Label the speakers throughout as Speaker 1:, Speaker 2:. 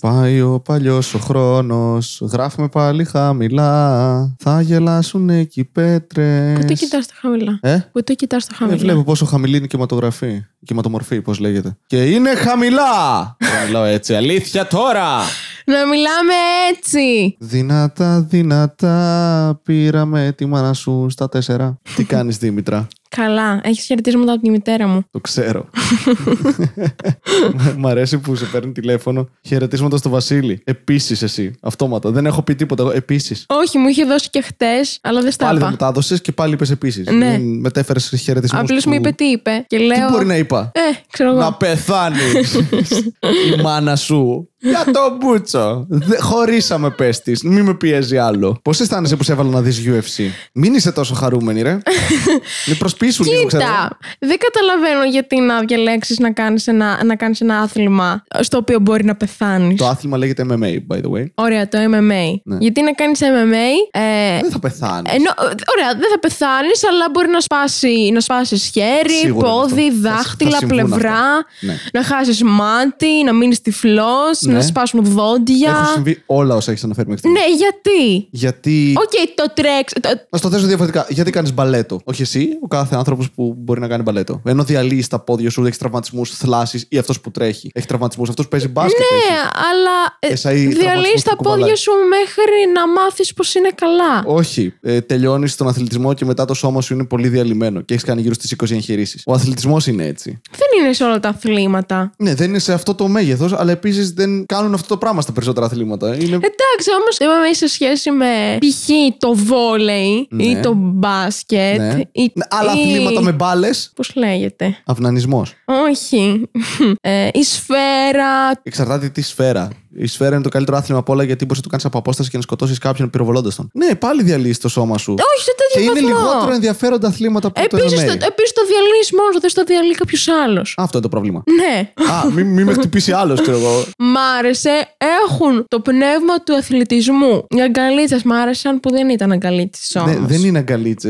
Speaker 1: Πάει ο παλιός ο χρόνος. Γράφουμε πάλι χαμηλά. Θα γελάσουν εκεί πέτρες.
Speaker 2: Πού το κοιτάς τα χαμηλά.
Speaker 1: Ε?
Speaker 2: Πού το κοιτάς τα
Speaker 1: Δεν
Speaker 2: χαμηλά.
Speaker 1: βλέπω πόσο χαμηλή είναι η κυματογραφή. Η κυματομορφή, πώς λέγεται. Και είναι χαμηλά! Δεν μιλάω έτσι. Αλήθεια τώρα!
Speaker 2: Να μιλάμε έτσι.
Speaker 1: Δυνατά, δυνατά, πήραμε τη μάνα σου στα τέσσερα. Τι κάνεις, Δήμητρα.
Speaker 2: Καλά. Έχεις χαιρετίσματα από τη μητέρα μου.
Speaker 1: Το ξέρω. Μ' αρέσει που σε παίρνει τηλέφωνο. Χαιρετίσματα στο Βασίλη. Επίσης εσύ. Αυτόματα. Δεν έχω πει τίποτα. Εγώ επίσης.
Speaker 2: Όχι, μου είχε δώσει και χτες, αλλά δεν στα
Speaker 1: Πάλι δεν μου
Speaker 2: είπα.
Speaker 1: τα έδωσες και πάλι είπες επίσης.
Speaker 2: Ναι.
Speaker 1: Μετέφερες χαιρετισμούς.
Speaker 2: Απλώς μου είπε τι είπε. Και λέω.
Speaker 1: Τι μπορεί να είπα.
Speaker 2: Ε, ξέρω εγώ.
Speaker 1: Να πεθάνεις η μάνα σου. Για τον Μπούτσο. Δε- Χωρίσαμε, πες της. Μην με πιέζει άλλο. Πώς αισθάνεσαι που σε έβαλα να δεις UFC. Μην είσαι τόσο χαρούμενη, ρε. Μην προσπίσου λίγο, ξέρω.
Speaker 2: Κοίτα, δεν καταλαβαίνω γιατί να διαλέξεις να κάνεις ένα, να κάνεις ένα άθλημα στο οποίο μπορεί να πεθάνεις.
Speaker 1: Το άθλημα λέγεται MMA, by the way.
Speaker 2: Ωραία, το MMA. Γιατί να κάνεις MMA. Ε,
Speaker 1: Δεν θα πεθάνεις.
Speaker 2: ενώ, ε, ωραία, δεν θα πεθάνεις, αλλά μπορεί να σπάσει να σπάσεις χέρι,
Speaker 1: Σίγουρα είναι
Speaker 2: πόδι,
Speaker 1: αυτό. Θα- θα
Speaker 2: δάχτυλα,
Speaker 1: συμβούν
Speaker 2: πλευρά.
Speaker 1: αυτά. Ναι.
Speaker 2: Να χάσεις μάτι, να μείνεις τυφλός,
Speaker 1: Ναι.
Speaker 2: να σπάσουν δόντια.
Speaker 1: Έχουν συμβεί όλα όσα έχεις αναφέρει μέχρι στιγμή.
Speaker 2: Ναι, γιατί.
Speaker 1: Γιατί.
Speaker 2: Οκ, το τρέξ. το-
Speaker 1: Να στο θέσω διαφορετικά. Γιατί κάνεις μπαλέτο. Όχι εσύ, ο κάθε άνθρωπος που μπορεί να κάνει μπαλέτο. Ενώ διαλύεις τα πόδια σου, έχεις τραυματισμούς, θλάσεις ή αυτός που τρέχει. Έχεις τραυματισμούς, αυτός που παίζει μπάσκετ. έχει.
Speaker 2: Ναι, αλλά ε,
Speaker 1: Εσάι, τραυματισμούς
Speaker 2: διαλύεις
Speaker 1: που
Speaker 2: τα
Speaker 1: κουβαλάει.
Speaker 2: πόδια σου μέχρι να μάθεις πως είναι καλά.
Speaker 1: Όχι. Ε, Τελειώνεις τον αθλητισμό και μετά το σώμα σου είναι πολύ διαλυμένο και έχεις κάνει γύρω στις 20 εγχειρήσεις. Ο αθλητισμός είναι έτσι.
Speaker 2: Δεν είναι σε όλα τα αθλήματα.
Speaker 1: Ναι, δεν είναι σε αυτό το μέγεθος, αλλά επίσης δεν κάνουν αυτό το πράγμα στα περισσότερα αθλήματα. Είναι...
Speaker 2: Εντάξει, όμως είπαμε σε σχέση με π.χ. το βόλεϊ
Speaker 1: Ναι.
Speaker 2: ή το μπάσκετ.
Speaker 1: ναι.
Speaker 2: Ή,
Speaker 1: Ναι, Άλλα
Speaker 2: ή-
Speaker 1: αθλήματα με μπάλες.
Speaker 2: πώς λέγεται.
Speaker 1: Αυνανισμός.
Speaker 2: Όχι. Ε, η σφαίρα.
Speaker 1: Εξαρτάται τι σφαίρα. Η σφαίρα είναι το καλύτερο άθλημα απ' όλα γιατί μπορείς να το κάνεις από απόσταση και να σκοτώσεις κάποιον πυροβολώντας τον. Ναι, πάλι διαλύεις το σώμα σου.
Speaker 2: Όχι, σε
Speaker 1: και
Speaker 2: τέτοιο
Speaker 1: είναι λιγότερο
Speaker 2: βαθμό.
Speaker 1: ενδιαφέροντα αθλήματα από το
Speaker 2: Επίσης
Speaker 1: MMA.
Speaker 2: το, επίσης το διαλύεις μόνο, σου, δεν στο διαλύει κάποιος άλλος.
Speaker 1: Αυτό είναι το πρόβλημα.
Speaker 2: Ναι.
Speaker 1: Α, μην μη με χτυπήσει άλλος, ξέρω εγώ.
Speaker 2: Μ' άρεσε, έχουν το πνεύμα του αθλητισμού. Οι αγκαλίτσες μ' άρεσαν που δεν ήταν αγκαλίτσες όμω.
Speaker 1: Ναι, δεν είναι αγκαλίτσες.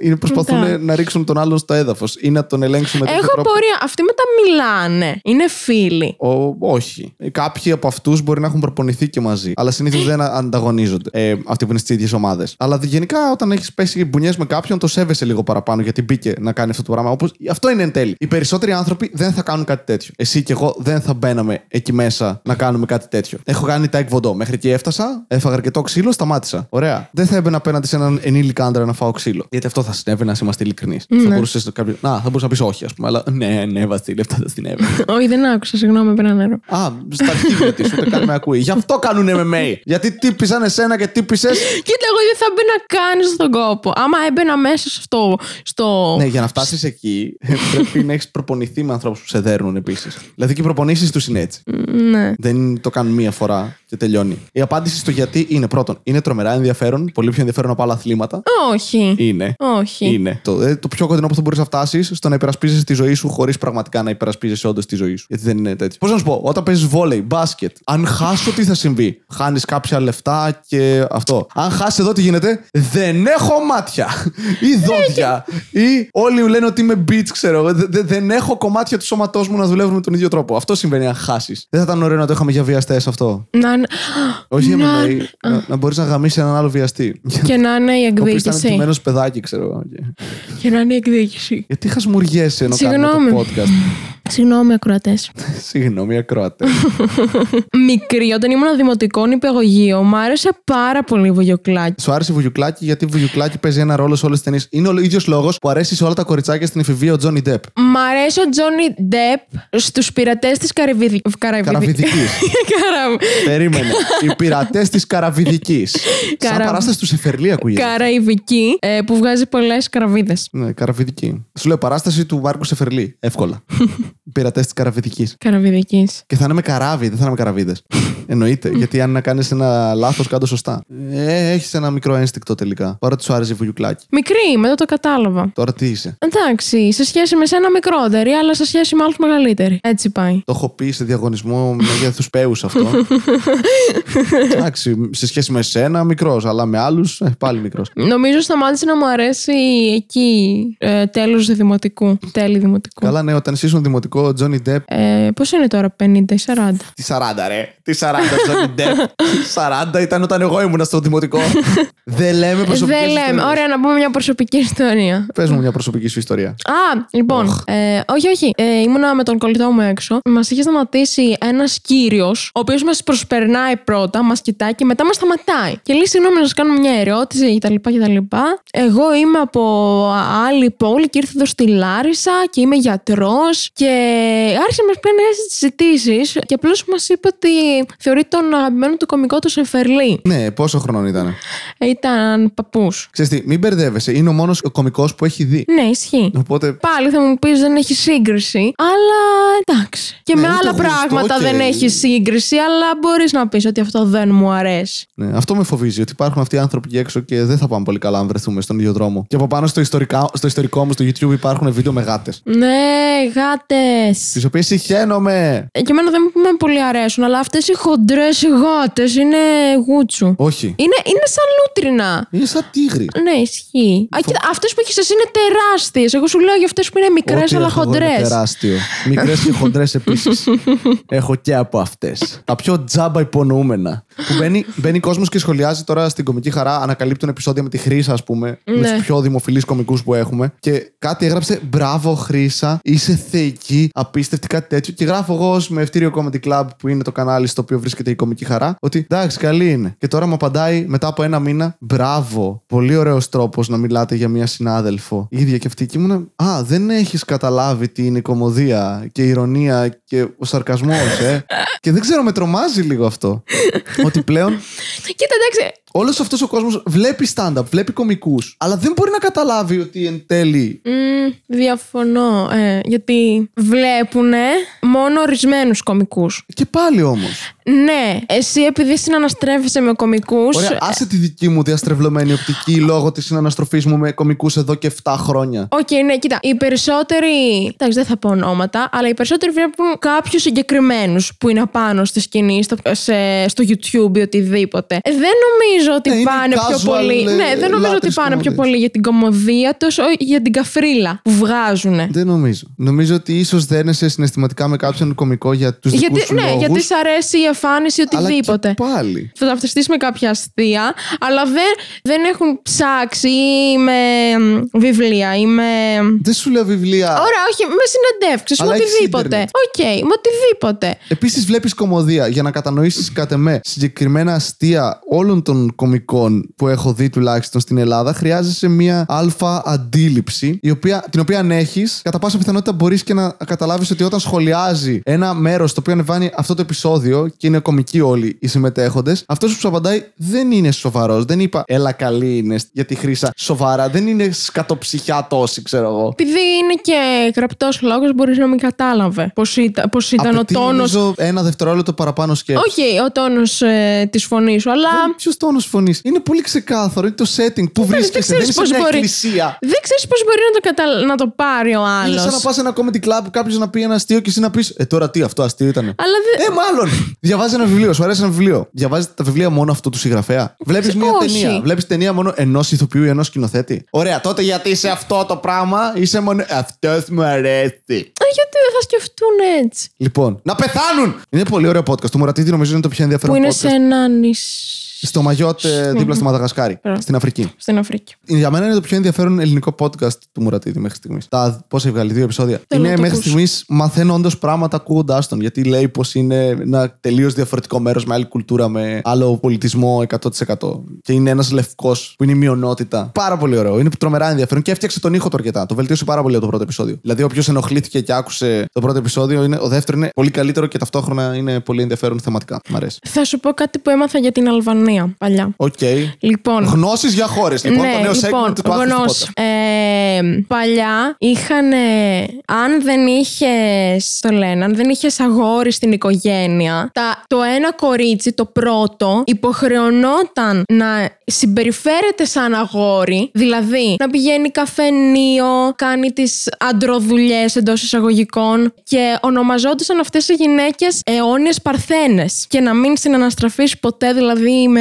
Speaker 1: Είναι
Speaker 2: Μετά.
Speaker 1: προσπαθούν να ρίξουν τον άλλον στο έδαφος ή να τον ελέγξουν με τέτοιο
Speaker 2: Έχω
Speaker 1: τρόπο.
Speaker 2: απορία. Αυτοί μετά μιλάνε. Είναι φίλοι.
Speaker 1: Ο, όχι. Ε, Κάποιοι από αυτούς μπορεί να έχουν προπονηθεί και μαζί. Αλλά συνήθως δεν ανταγωνίζονται. Ε, αυτοί που είναι στις ίδιες ομάδες. Αλλά γενικά όταν έχεις πέσει μπουνιές με κάποιον, το σέβεσαι λίγο παραπάνω γιατί μπήκε να κάνει αυτό το πράγμα. Όπως... Αυτό είναι εν τέλει. Οι περισσότεροι άνθρωποι δεν θα κάνουν κάτι τέτοιο. Εσύ και εγώ δεν θα μπαίναμε εκεί μέσα να κάνουμε κάτι τέτοιο. Έχω κάνει τα εκβοντό. Μέχρι εκεί έφτασα, έφαγα αρκετό ξύλο, σταμάτησα. Ωραία. Δεν θα έμπαινα απέναντι σε έναν ενήλικα άντρα να φάω ξύλο. Γιατί αυτό θα συνέβαινε, α είμαστε ειλικρινείς. Θα μπορούσες κάποιο. Να, θα μπορούσε να πεις όχι, ας πούμε. Αλλά ναι, ναι, Βασίλη, αυτά δεν συνέβαινε.
Speaker 2: Όχι, δεν άκουσα, συγγνώμη, πήρα νερό.
Speaker 1: Α, στα αρχίδια της, ούτε καν με ακούει. Γι' αυτό κάνουν MMA. Γιατί τύπησαν εσένα και τύπησες.
Speaker 2: Κοίτα, εγώ δεν θα μπαίνα καν στον κόπο. Άμα έμπαινα μέσα στο. στο...
Speaker 1: ναι, για να φτάσεις εκεί πρέπει να έχεις προπονηθεί με ανθρώπους που σε δέρνουν επίσης. Δηλαδή και οι προπονήσεις τους είναι έτσι.
Speaker 2: ναι.
Speaker 1: Δεν το κάνουν μία φορά και τελειώνει. Η απάντηση στο γιατί είναι πρώτον, είναι τρομερά ενδιαφέρον, πολύ πιο ενδιαφέρον από άλλα αθλήματα.
Speaker 2: Όχι.
Speaker 1: Είναι.
Speaker 2: Όχι.
Speaker 1: Είναι. Το, ε, το πιο κοντινό που θα μπορείς να φτάσεις στο να υπερασπίζει τη ζωή σου χωρίς πραγματικά να υπερασπίζει όντως τη ζωή σου. Γιατί δεν είναι τέτοιο. Πώς να σου πω, όταν παίζεις βόλεϊ, μπάσκετ, αν χάσω, τι θα συμβεί. Χάνεις κάποια λεφτά και αυτό. Αν χάσει εδώ, τι γίνεται. Δεν έχω μάτια
Speaker 2: Ε,
Speaker 1: ή δόντια. ή όλοι μου λένε ότι είμαι bitch, ξέρω εγώ. Δε- δε- δεν έχω κομμάτια του σώματός μου να δουλεύουν με τον ίδιο τρόπο. Αυτό συμβαίνει αν χάσεις. Δεν θα ήταν ωραίο να το είχαμε για βιαστές αυτό.
Speaker 2: Να...
Speaker 1: Όχι για
Speaker 2: να...
Speaker 1: MMA, να, να μπορείς να γαμίσεις έναν άλλο βιαστή.
Speaker 2: Και να είναι η
Speaker 1: Ο οποίος ήταν
Speaker 2: εκδίκηση.
Speaker 1: επιτυχημένος παιδάκι, ξέρω εγώ. Και-
Speaker 2: Και να είναι η εκδίκηση.
Speaker 1: γιατί χασμουριέσαι ενώ κάνουμε το
Speaker 2: Συγγνώμη.
Speaker 1: podcast.
Speaker 2: Συγγνώμη, ακροατές.
Speaker 1: Συγγνώμη, ακροατές.
Speaker 2: Μικρή, όταν ήμουν δημοτικό νηπιαγωγείο, μου άρεσε πάρα πολύ η βογιοκλάκι.
Speaker 1: Σου άρεσε η Βουγιουκλάκη γιατί η Βουγιουκλάκη παίζει ένα ρόλο σε όλες τις ταινίες. Είναι ο ίδιος λόγος που αρέσει σε όλα τα κοριτσάκια στην εφηβεία ο Τζόνι Ντεπ.
Speaker 2: Μ' αρέσει ο Τζόνι Ντεπ στους πειρατές της Καραβιδική.
Speaker 1: Καραβιδική. Περίμενε. Οι πειρατές της Καραβιδικής. Σαν
Speaker 2: Καρα-
Speaker 1: παράσταση του Σεφερλί ακούγεται.
Speaker 2: Καραϊβική ε, που βγάζει πολλές καραβίδες.
Speaker 1: Ναι, Καραβιδική. Σου λέω παράσταση του Μάρκου Σεφερλί. Εύκολα. πειρατές της καραβιδικής.
Speaker 2: Καραβιδικής.
Speaker 1: Και θα είναι με καράβι, δεν θα είναι με καραβίδες. Εννοείται. γιατί αν να κάνεις ένα λάθος, κάτω σωστά. Ε, έχεις ένα μικρό ένστικτο τελικά. Παρότι σου άρεσε η βουγιουκλάκι.
Speaker 2: Μικρή, μετά το κατάλαβα.
Speaker 1: Τώρα τι είσαι.
Speaker 2: Εντάξει, σε σχέση με σένα μικρότερη, αλλά σε σχέση με άλλους μεγαλύτερη. Έτσι πάει.
Speaker 1: Το έχω πει σε διαγωνισμό μεγέθου παίου αυτό. Εντάξει, σε σχέση με σένα μικρός, αλλά με άλλους πάλι μικρός.
Speaker 2: Νομίζω σταμάτησε να μου αρέσει εκεί ε, τέλος δημοτικού. Τέλη δημοτικού.
Speaker 1: Καλά, ναι, όταν εσύ ήσουν δημοτικό, Τζόνι Ντεπ.
Speaker 2: Ε, Πώς είναι τώρα, 50 ή 40.
Speaker 1: Τι 40, ρε. Τι 40, Τζόνι Ντεπ. 40 ήταν όταν εγώ ήμουν στο δημοτικό. Δεν λέμε προσωπική.
Speaker 2: Ε, Δεν λέμε. Ωραία, να πούμε μια προσωπική ιστορία.
Speaker 1: Πες μου μια προσωπική σου ιστορία.
Speaker 2: Α, λοιπόν.
Speaker 1: Οχ.
Speaker 2: Ε, όχι, όχι. Ε, ήμουνα με τον κολλητό μου έξω. Μας είχε σταματήσει ένας κύριος, ο οποίος μας προσπερνάει πρώτα, μας κοιτάει και μετά μας σταματάει. Και λέει: Συγγνώμη, να σας κάνω μια ερώτηση κτλ. κτλ. Εγώ είμαι από άλλη πόλη και ήρθα εδώ στη Λάρισα και είμαι γιατρός. Και άρχισε να μα πει νέε συζητήσει. Και απλώς μας είπε ότι θεωρεί τον αγαπημένο του κωμικό του Σεφερλί.
Speaker 1: Ναι, πόσο χρόνο ήταν.
Speaker 2: Ε, ήταν παππούς.
Speaker 1: Ξέρεις τι, μην μπερδεύεσαι. Είναι ο μόνος κωμικός που έχει δει.
Speaker 2: Ναι, ισχύει.
Speaker 1: Οπότε.
Speaker 2: Πάλι θα μου πεις δεν έχει σύγκριση, αλλά εντάξει. Και
Speaker 1: Ναι,
Speaker 2: με
Speaker 1: είναι
Speaker 2: άλλα
Speaker 1: το γνωστό
Speaker 2: πράγματα
Speaker 1: και-
Speaker 2: δεν έχει σύγκριση, αλλά μπορείς να πεις ότι αυτό δεν μου αρέσει.
Speaker 1: Ναι, αυτό με φοβίζει. Ότι υπάρχουν αυτοί οι άνθρωποι εκεί έξω και δεν θα πάμε πολύ καλά αν βρεθούμε στον ίδιο δρόμο. Και από πάνω στο, ιστορικά, στο ιστορικό μου στο YouTube υπάρχουν βίντεο με γάτες.
Speaker 2: Ναι, γάτες.
Speaker 1: Τις οποίε συχαίνομαι.
Speaker 2: Και εμένα δεν με πολύ αρέσουν, αλλά αυτές οι χοντρές οι γάτε είναι γούτσου.
Speaker 1: Όχι.
Speaker 2: Είναι, είναι σαν λούτρινα.
Speaker 1: Είναι σαν τίγρη.
Speaker 2: Ναι, ισχύει. Αυτές που έχεις εσύ είναι τεράστιες. Εγώ σου λέω για αυτές που είναι μικρές
Speaker 1: Ό,τι
Speaker 2: αλλά
Speaker 1: έχω εγώ είναι
Speaker 2: χοντρές.
Speaker 1: Τεράστιο. Μικρές και χοντρές επίσης. έχω και από αυτές. Τα πιο τζάμπα υπονοούμενα. Που μπαίνει, μπαίνει κόσμος και σχολιάζει τώρα στην κομική χαρά. Ανακαλύπτουν επεισόδια με τη Χρήσα, ας πούμε. Με
Speaker 2: Ναι.
Speaker 1: του πιο δημοφιλείς κομικούς που έχουμε. Και κάτι έγραψε Μπράβο, Χρήσα. Είσαι θεϊκή. Απίστευτη κάτι τέτοιο. Και γράφω εγώ ως με ευτήριο Comedy Club που είναι το κανάλι στο οποίο βρίσκεται η κομική χαρά. Ότι εντάξει, καλή είναι. Και τώρα μου απαντάει μετά από ένα μήνα Μπράβο. Πολύ ωραίος τρόπος να μιλάτε για μια συνάδελφο. Η ίδια και αυτή. Και ήμουν Α, δεν έχεις καταλάβει τι είναι η κομμωδία και η ηρωνία και ο σαρκασμός, ε. και δεν ξέρω, με τρομάζει λίγο αυτό. ότι πλέον
Speaker 2: Κοίτα, εντάξει.
Speaker 1: Όλος αυτός ο κόσμος βλέπει stand-up, βλέπει κωμικού, αλλά δεν μπορεί να καταλάβει ότι εν τέλει.
Speaker 2: Μμμ, διαφωνώ. Ε, γιατί βλέπουν μόνο ορισμένους κωμικού.
Speaker 1: Και πάλι όμως.
Speaker 2: Ναι, εσύ επειδή συναναστρέφεσαι με ε, κωμικού.
Speaker 1: Ωραία, άσε τη δική μου διαστρεβλωμένη οπτική λόγω της συναναστροφής μου με κωμικού εδώ και 7 χρόνια.
Speaker 2: Οκ, ναι, κοίτα. Οι περισσότεροι. Εντάξει, δεν θα πω ονόματα, αλλά οι περισσότεροι βλέπουν κάποιους συγκεκριμένους που είναι απάνω στη σκηνή, στο, σε, στο YouTube ή οτιδήποτε. Ε, Δεν νομίζω ότι
Speaker 1: Ναι, είναι
Speaker 2: πάνε πιο
Speaker 1: casual,
Speaker 2: πολύ.
Speaker 1: ε,
Speaker 2: ναι, δεν νομίζω ότι
Speaker 1: λάτρεις
Speaker 2: πάνε πιο
Speaker 1: κομμωδίες.
Speaker 2: πολύ για την κομμωδία τους, για την καφρίλα που βγάζουν.
Speaker 1: Δεν νομίζω. Νομίζω ότι ίσως δένεσαι συναισθηματικά με κάποιον κωμικό για τους δικούς
Speaker 2: Γιατί,
Speaker 1: σου
Speaker 2: ναι,
Speaker 1: λόγους,
Speaker 2: γιατί σ' αρέσει η εμφάνιση ή
Speaker 1: αλλά και
Speaker 2: οτιδήποτε.
Speaker 1: πάλι.
Speaker 2: θα ταυτιστείς με κάποια αστεία, αλλά δεν, δεν έχουν ψάξει ή με μ, βιβλία ή με...
Speaker 1: Δεν σου λέω βιβλία.
Speaker 2: Ωραία, όχι, με συνεντεύξεις, με
Speaker 1: Αλλά έχεις
Speaker 2: οτιδήποτε.
Speaker 1: ίντερνετ.
Speaker 2: Οκ, με οτιδήποτε.
Speaker 1: Επίσης, βλέπεις κομμωδία για να κατανοήσεις κατ' εμέ συγκεκριμένα αστεία όλων των κομικών που έχω δει τουλάχιστον στην Ελλάδα. Χρειάζεσαι μια αλφα αντίληψη, η οποία, την οποία αν έχεις, κατά πάσα πιθανότητα μπορείς και να καταλάβεις ότι όταν σχολιάζει ένα μέρος το οποίο ανεβάνει αυτό το επεισόδιο και είναι κομικοί όλοι οι συμμετέχοντες, αυτός που σου απαντάει δεν είναι σοβαρός. Δεν είπα Ελά, καλή είναι για τη χρήσα σοβαρά. Δεν είναι σκατοψυχιά τόση, ξέρω εγώ.
Speaker 2: Επειδή είναι και κραπτός λόγος, μπορείς να μην κατάλαβε πώς ήταν, πώς ήταν ο
Speaker 1: Απαιτεί,
Speaker 2: τόνος...
Speaker 1: νομίζω, ένα δευτερόλεπτο παραπάνω σκέψη.
Speaker 2: Όχι, ο τόνος ε, της φωνής σου, αλλά...
Speaker 1: Ποιος τόνο φωνής. Είναι πολύ ξεκάθαρο. Είναι το setting. Πού βρίσκεσαι. Δεν
Speaker 2: Ναι, ξέρεις
Speaker 1: είσαι
Speaker 2: πώς
Speaker 1: μια
Speaker 2: μπορεί.
Speaker 1: εκκλησία.
Speaker 2: Δεν ξέρεις πώς μπορεί να το, κατα... να το πάρει ο
Speaker 1: Είναι
Speaker 2: άλλος.
Speaker 1: σαν να πας σε ένα comedy club, κάποιος να πει ένα αστείο και εσύ να πεις Ε, τώρα τι, αυτό αστείο ήταν.
Speaker 2: Αλλά δεν...
Speaker 1: Ε, μάλλον! Διαβάζει ένα βιβλίο, σου αρέσει ένα βιβλίο. Διαβάζει τα βιβλία μόνο αυτού του συγγραφέα. Βλέπεις μία
Speaker 2: Όχι.
Speaker 1: ταινία. Βλέπεις ταινία μόνο ενός ηθοποιού ή ενός σκηνοθέτη. Ωραία, τότε γιατί είσαι αυτό το πράγμα, είσαι μόνο. Αυτός μου αρέσει.
Speaker 2: Ε, Γιατί δεν θα σκεφτούν έτσι.
Speaker 1: Λοιπόν, να πεθάνουν! Είναι πολύ ωραίο podcast. Το Μουρατίδη νομίζω είναι το πιο
Speaker 2: Που
Speaker 1: ενδιαφέρον
Speaker 2: είναι
Speaker 1: podcast.
Speaker 2: σε ένα νησί
Speaker 1: Στο Μαγιότ ε, δίπλα στη Μαδαγασκάρη,
Speaker 2: Ωραία.
Speaker 1: στην Αφρική.
Speaker 2: στην Αφρική.
Speaker 1: Για μένα είναι το πιο ενδιαφέρον ελληνικό podcast του Μουρατίδη μέχρι στιγμής. Τα πόσα έχει βγάλει, δύο επεισόδια.
Speaker 2: Θέλω να
Speaker 1: είναι
Speaker 2: το
Speaker 1: μέχρι
Speaker 2: ακούσω.
Speaker 1: στιγμής μαθαίνω όντω πράγματα ακούγοντάς τον. Γιατί λέει πως είναι ένα τελείως διαφορετικό μέρος με άλλη κουλτούρα, με άλλο πολιτισμό 100%. Και είναι ένας λευκός που είναι η μειονότητα. Πάρα πολύ ωραίο. Είναι τρομερά ενδιαφέρον και έφτιαξε τον ήχο του αρκετά. Το βελτίωσε πάρα πολύ από το πρώτο επεισόδιο. Δηλαδή, όποιος ενοχλήθηκε και άκουσε το πρώτο επεισόδιο. Είναι, ο δεύτερο είναι πολύ καλύτερο και ταυτόχρονα είναι πολύ ενδιαφέρον θεματικά. Μ' αρέσει.
Speaker 2: Θα σου πω κάτι που έμαθα για την Αλβανία παλιά.
Speaker 1: Οκ.
Speaker 2: Λοιπόν, ναι,
Speaker 1: Γνώσεις για χώρες, λοιπόν. το νέο segment του Άθλου
Speaker 2: γονός. Ε, παλιά είχαν. αν δεν είχες. Το λένε, αν δεν είχες αγόρι στην οικογένεια, τα, το ένα κορίτσι, το πρώτο, υποχρεωνόταν να συμπεριφέρεται σαν αγόρι. Δηλαδή, να πηγαίνει καφενείο, κάνει τις αντροδουλειές εντός εισαγωγικών. Και ονομαζόντουσαν αυτές οι γυναίκες αιώνιες παρθένες. Και να μην συναναστραφείς ποτέ, δηλαδή, με.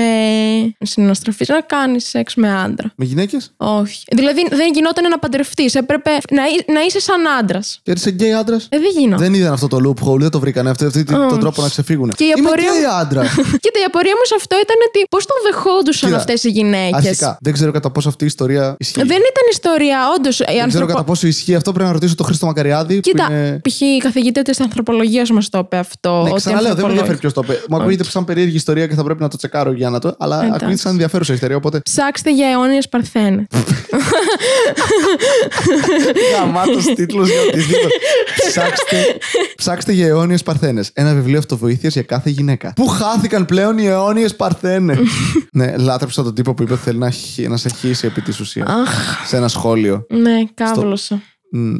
Speaker 2: Συναναστραφεί να κάνεις σεξ με άντρα.
Speaker 1: Με γυναίκες.
Speaker 2: Όχι. Δηλαδή δεν γινόταν να παντρευτεί. Έπρεπε να, εί- να είσαι σαν άντρας.
Speaker 1: Και είσαι γκέι άντρας.
Speaker 2: Ε, δεν γινόταν.
Speaker 1: Δεν είδαν αυτό το loophole, δεν το βρήκανε αυτή, αυτή, τον τρόπο να ξεφύγουν.
Speaker 2: Και η
Speaker 1: Είμαι
Speaker 2: απορία-
Speaker 1: γκέι άντρα.
Speaker 2: Κοίτα, η απορία μου σε αυτό ήταν ότι πώς τον δεχόντουσαν
Speaker 1: Κοίτα,
Speaker 2: αυτές οι γυναίκες.
Speaker 1: Αρχικά, δεν ξέρω κατά πόσο αυτή η ιστορία ισχύει.
Speaker 2: Ναι, Δεν ήταν ιστορία, όντως.
Speaker 1: Δεν ξέρω κατά πόσο ισχύει αυτό. Πρέπει να ρωτήσω τον Χρήστο Μακαριάδη.
Speaker 2: Κοίτα,
Speaker 1: που είναι...
Speaker 2: π.χ. η καθηγήτρια της ανθρωπολογίας μας το είπε αυτό.
Speaker 1: Ναι,
Speaker 2: ότι
Speaker 1: ξαναλέω, δεν με
Speaker 2: ανθρωπολόγοι-
Speaker 1: ενδιαφέρει ποιος το είπε. Μου ακούγεται σαν περίεργη ιστορία και θα πρέπει να το τσεκάρω για να το. Αλλά
Speaker 2: Εντάξει.
Speaker 1: ακούγεται σαν ενδιαφέρουσα ιστορία, οπότε.
Speaker 2: Ψάξτε για αιώνιες παρθένε.
Speaker 1: Γαμάτος τίτλος για οτιδήποτε. Ψάξτε, ψάξτε για αιώνιες παρθένες. Ένα βιβλίο αυτοβοήθειας για κάθε γυναίκα. Πού χάθηκαν πλέον οι αιώνιες παρθένες. ναι, λάτρεψα τον τύπο που είπε ότι θέλει να, χ- να σε χύσει επί της ουσίας.
Speaker 2: Αχ,
Speaker 1: σε ένα σχόλιο.
Speaker 2: ναι, κάβλωσα.
Speaker 1: Μμ.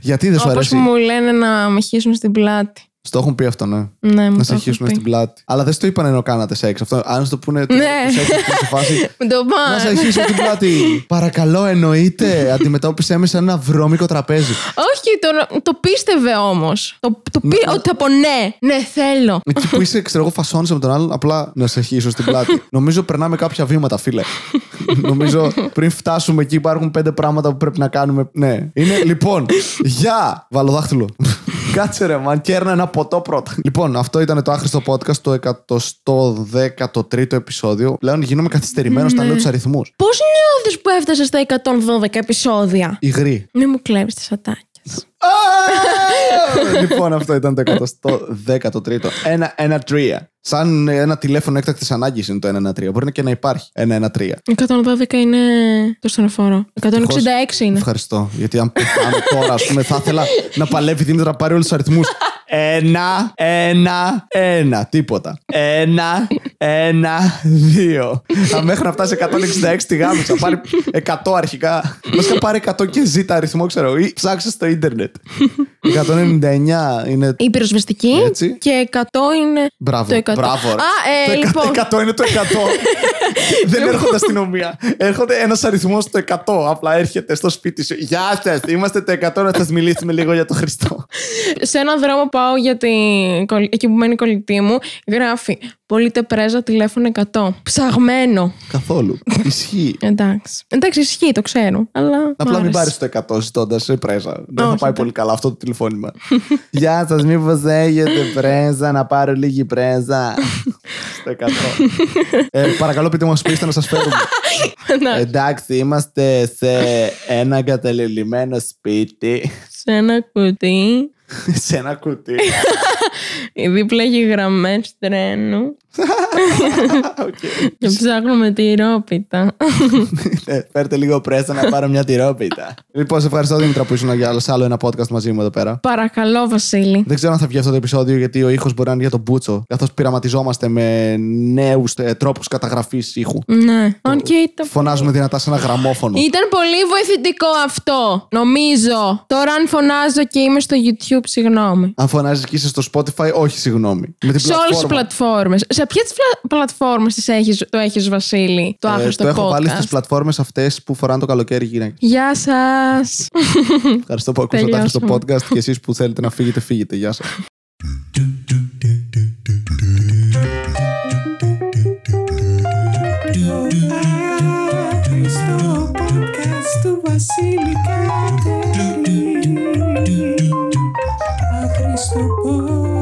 Speaker 1: Γιατί δεν σου
Speaker 2: Όπως
Speaker 1: αρέσει.
Speaker 2: μου λένε να με χύσουν στην πλάτη.
Speaker 1: Στο έχουν πει αυτό, ναι.
Speaker 2: Ναι, μου
Speaker 1: Να
Speaker 2: το
Speaker 1: σε
Speaker 2: έχουν
Speaker 1: χύσουν
Speaker 2: πει.
Speaker 1: στην πλάτη. Αλλά δεν στο είπαν ενώ κάνατε σεξ. Αυτό, αν σου το πούνε. το-
Speaker 2: Ναι.
Speaker 1: το σεξ, που σε φάση,
Speaker 2: Μου το
Speaker 1: Να σε
Speaker 2: πάνε.
Speaker 1: αρχίσω την πλάτη. Παρακαλώ, εννοείται. Αντιμετώπισε με σαν ένα βρώμικο τραπέζι.
Speaker 2: Όχι, το, το πίστευε όμως. Το, το πει ότι από ναι, ναι, θέλω.
Speaker 1: Εκεί που Ε, είσαι, ξέρω εγώ, φασώνεσαι με τον άλλον, απλά να σε χύσω στην πλάτη. Νομίζω περνάμε κάποια βήματα, φίλε. Νομίζω πριν φτάσουμε εκεί υπάρχουν πέντε πράγματα που πρέπει να κάνουμε. Ναι. Είναι, λοιπόν, γεια! Βάλω δάχτυλο. Κάτσε ρε, μαν, κέρνα ένα ποτό πρώτα. Λοιπόν, αυτό ήταν το άχρηστο podcast, το 113ο επεισόδιο. Πλέον γίνομαι καθυστερημένος όταν λέω τους αριθμούς.
Speaker 2: Πώς νιώθει που έφτασε στα 112 επεισόδια.
Speaker 1: Υγρή.
Speaker 2: Μην μου κλέβεις τι ατάκε.
Speaker 1: Α! λοιπόν, αυτό ήταν το 113ο. Ένα, ένα τρία. Σαν ένα τηλέφωνο έκτακτης ανάγκης είναι το 113. Μπορεί και να υπάρχει. Ένα, ένα τρία.
Speaker 2: 112 είναι το στενοφόρο. 166 είναι.
Speaker 1: Ευχαριστώ. Γιατί αν πεθάνω τώρα, ας πούμε, θα ήθελα να παλεύει η Δήμητρα να πάρει όλους τους αριθμούς. Ένα, ένα, ένα. Τίποτα. Ένα, ένα, δύο. Θα μέχρι να φτάσει 166 τη γάμισα. Πάρει 100 αρχικά. Βασικά πάρει 100 και ζήτα αριθμό, ξέρω. Ή ψάξει στο ίντερνετ. 199 είναι
Speaker 2: Η πυροσβεστική
Speaker 1: Έτσι.
Speaker 2: και 100 είναι.
Speaker 1: Μπράβο.
Speaker 2: Το 100.
Speaker 1: Μπράβο, ρε.
Speaker 2: Α, ε,
Speaker 1: το
Speaker 2: λοιπόν.
Speaker 1: 100 είναι το 100. Δεν έρχονται αστυνομία. Έρχονται ένας αριθμός το 100. Απλά έρχεται στο σπίτι σου. Γεια σας, είμαστε το 100 να σας μιλήσουμε λίγο για το Χριστό.
Speaker 2: Σε έναν δρόμο πάω για την... κολλη- εκεί που μένει η κολλητή μου. Γράφει Πολύτε πρέζα τηλέφωνο 100. Ψαγμένο.
Speaker 1: Καθόλου. Ισχύει.
Speaker 2: Εντάξει. Εντάξει, ισχύει, το ξέρω. Αλλά. μ'
Speaker 1: Απλά μην
Speaker 2: άρεσε.
Speaker 1: πάρεις το 100 ζητώντα σε πρέζα. Δεν θα
Speaker 2: Όχι,
Speaker 1: πάει πολύ καλά αυτό το τηλεφώνημα. Γεια σας, μήπως έχετε πρέζα, να πάρω λίγη πρέζα. Στο 100. Ε, παρακαλώ, πείτε μα που είστε να σας φέρουμε.
Speaker 2: Να,
Speaker 1: Εντάξει, είμαστε σε ένα εγκαταλελειμμένο σπίτι.
Speaker 2: Σε ένα κουτί.
Speaker 1: σε ένα κουτί.
Speaker 2: Δίπλα έχει γραμμές τρένου.
Speaker 1: Οκ.
Speaker 2: Και ψάχνουμε τη ρόπιτα.
Speaker 1: Ε, Φέρτε λίγο πρέσα να πάρω μια τυρόπιτα. λοιπόν, σε ευχαριστώ Δήμητρα που ήσουν για άλλο- σε άλλο ένα podcast μαζί μου εδώ πέρα.
Speaker 2: Παρακαλώ, Βασίλη.
Speaker 1: Δεν ξέρω αν θα βγει αυτό το επεισόδιο γιατί ο ήχος μπορεί να είναι για τον Μπούτσο. Καθώς πειραματιζόμαστε με νέους τρόπους καταγραφής ήχου.
Speaker 2: Ναι. Αν και ήταν.
Speaker 1: Φωνάζουμε δυνατά σε ένα γραμμόφωνο.
Speaker 2: Ήταν πολύ βοηθητικό αυτό, νομίζω. Τώρα αν φωνάζω και είμαι στο YouTube, συγγνώμη.
Speaker 1: αν φωνάζεις και είσαι στο Spotify, όχι, συγγνώμη. Με την
Speaker 2: Σε όλες τις
Speaker 1: πλατφόρμα.
Speaker 2: πλατφόρμες. Σε ποιες πλατφόρμες τις έχεις, το έχεις, Βασίλη, το
Speaker 1: Ε,
Speaker 2: άχρηστο
Speaker 1: το έχω βάλει
Speaker 2: podcast.
Speaker 1: στις πλατφόρμες αυτές που φοράνε το καλοκαίρι γυναίκες.
Speaker 2: Γεια σας.
Speaker 1: Ευχαριστώ που ακούσατε το άχρηστο
Speaker 2: Τελειώσαμε.
Speaker 1: podcast και εσείς που θέλετε να φύγετε, φύγετε. Γεια σας.
Speaker 3: Cristo Podcast του Βασίλη Κατέρη. Αχρήστο Podcast.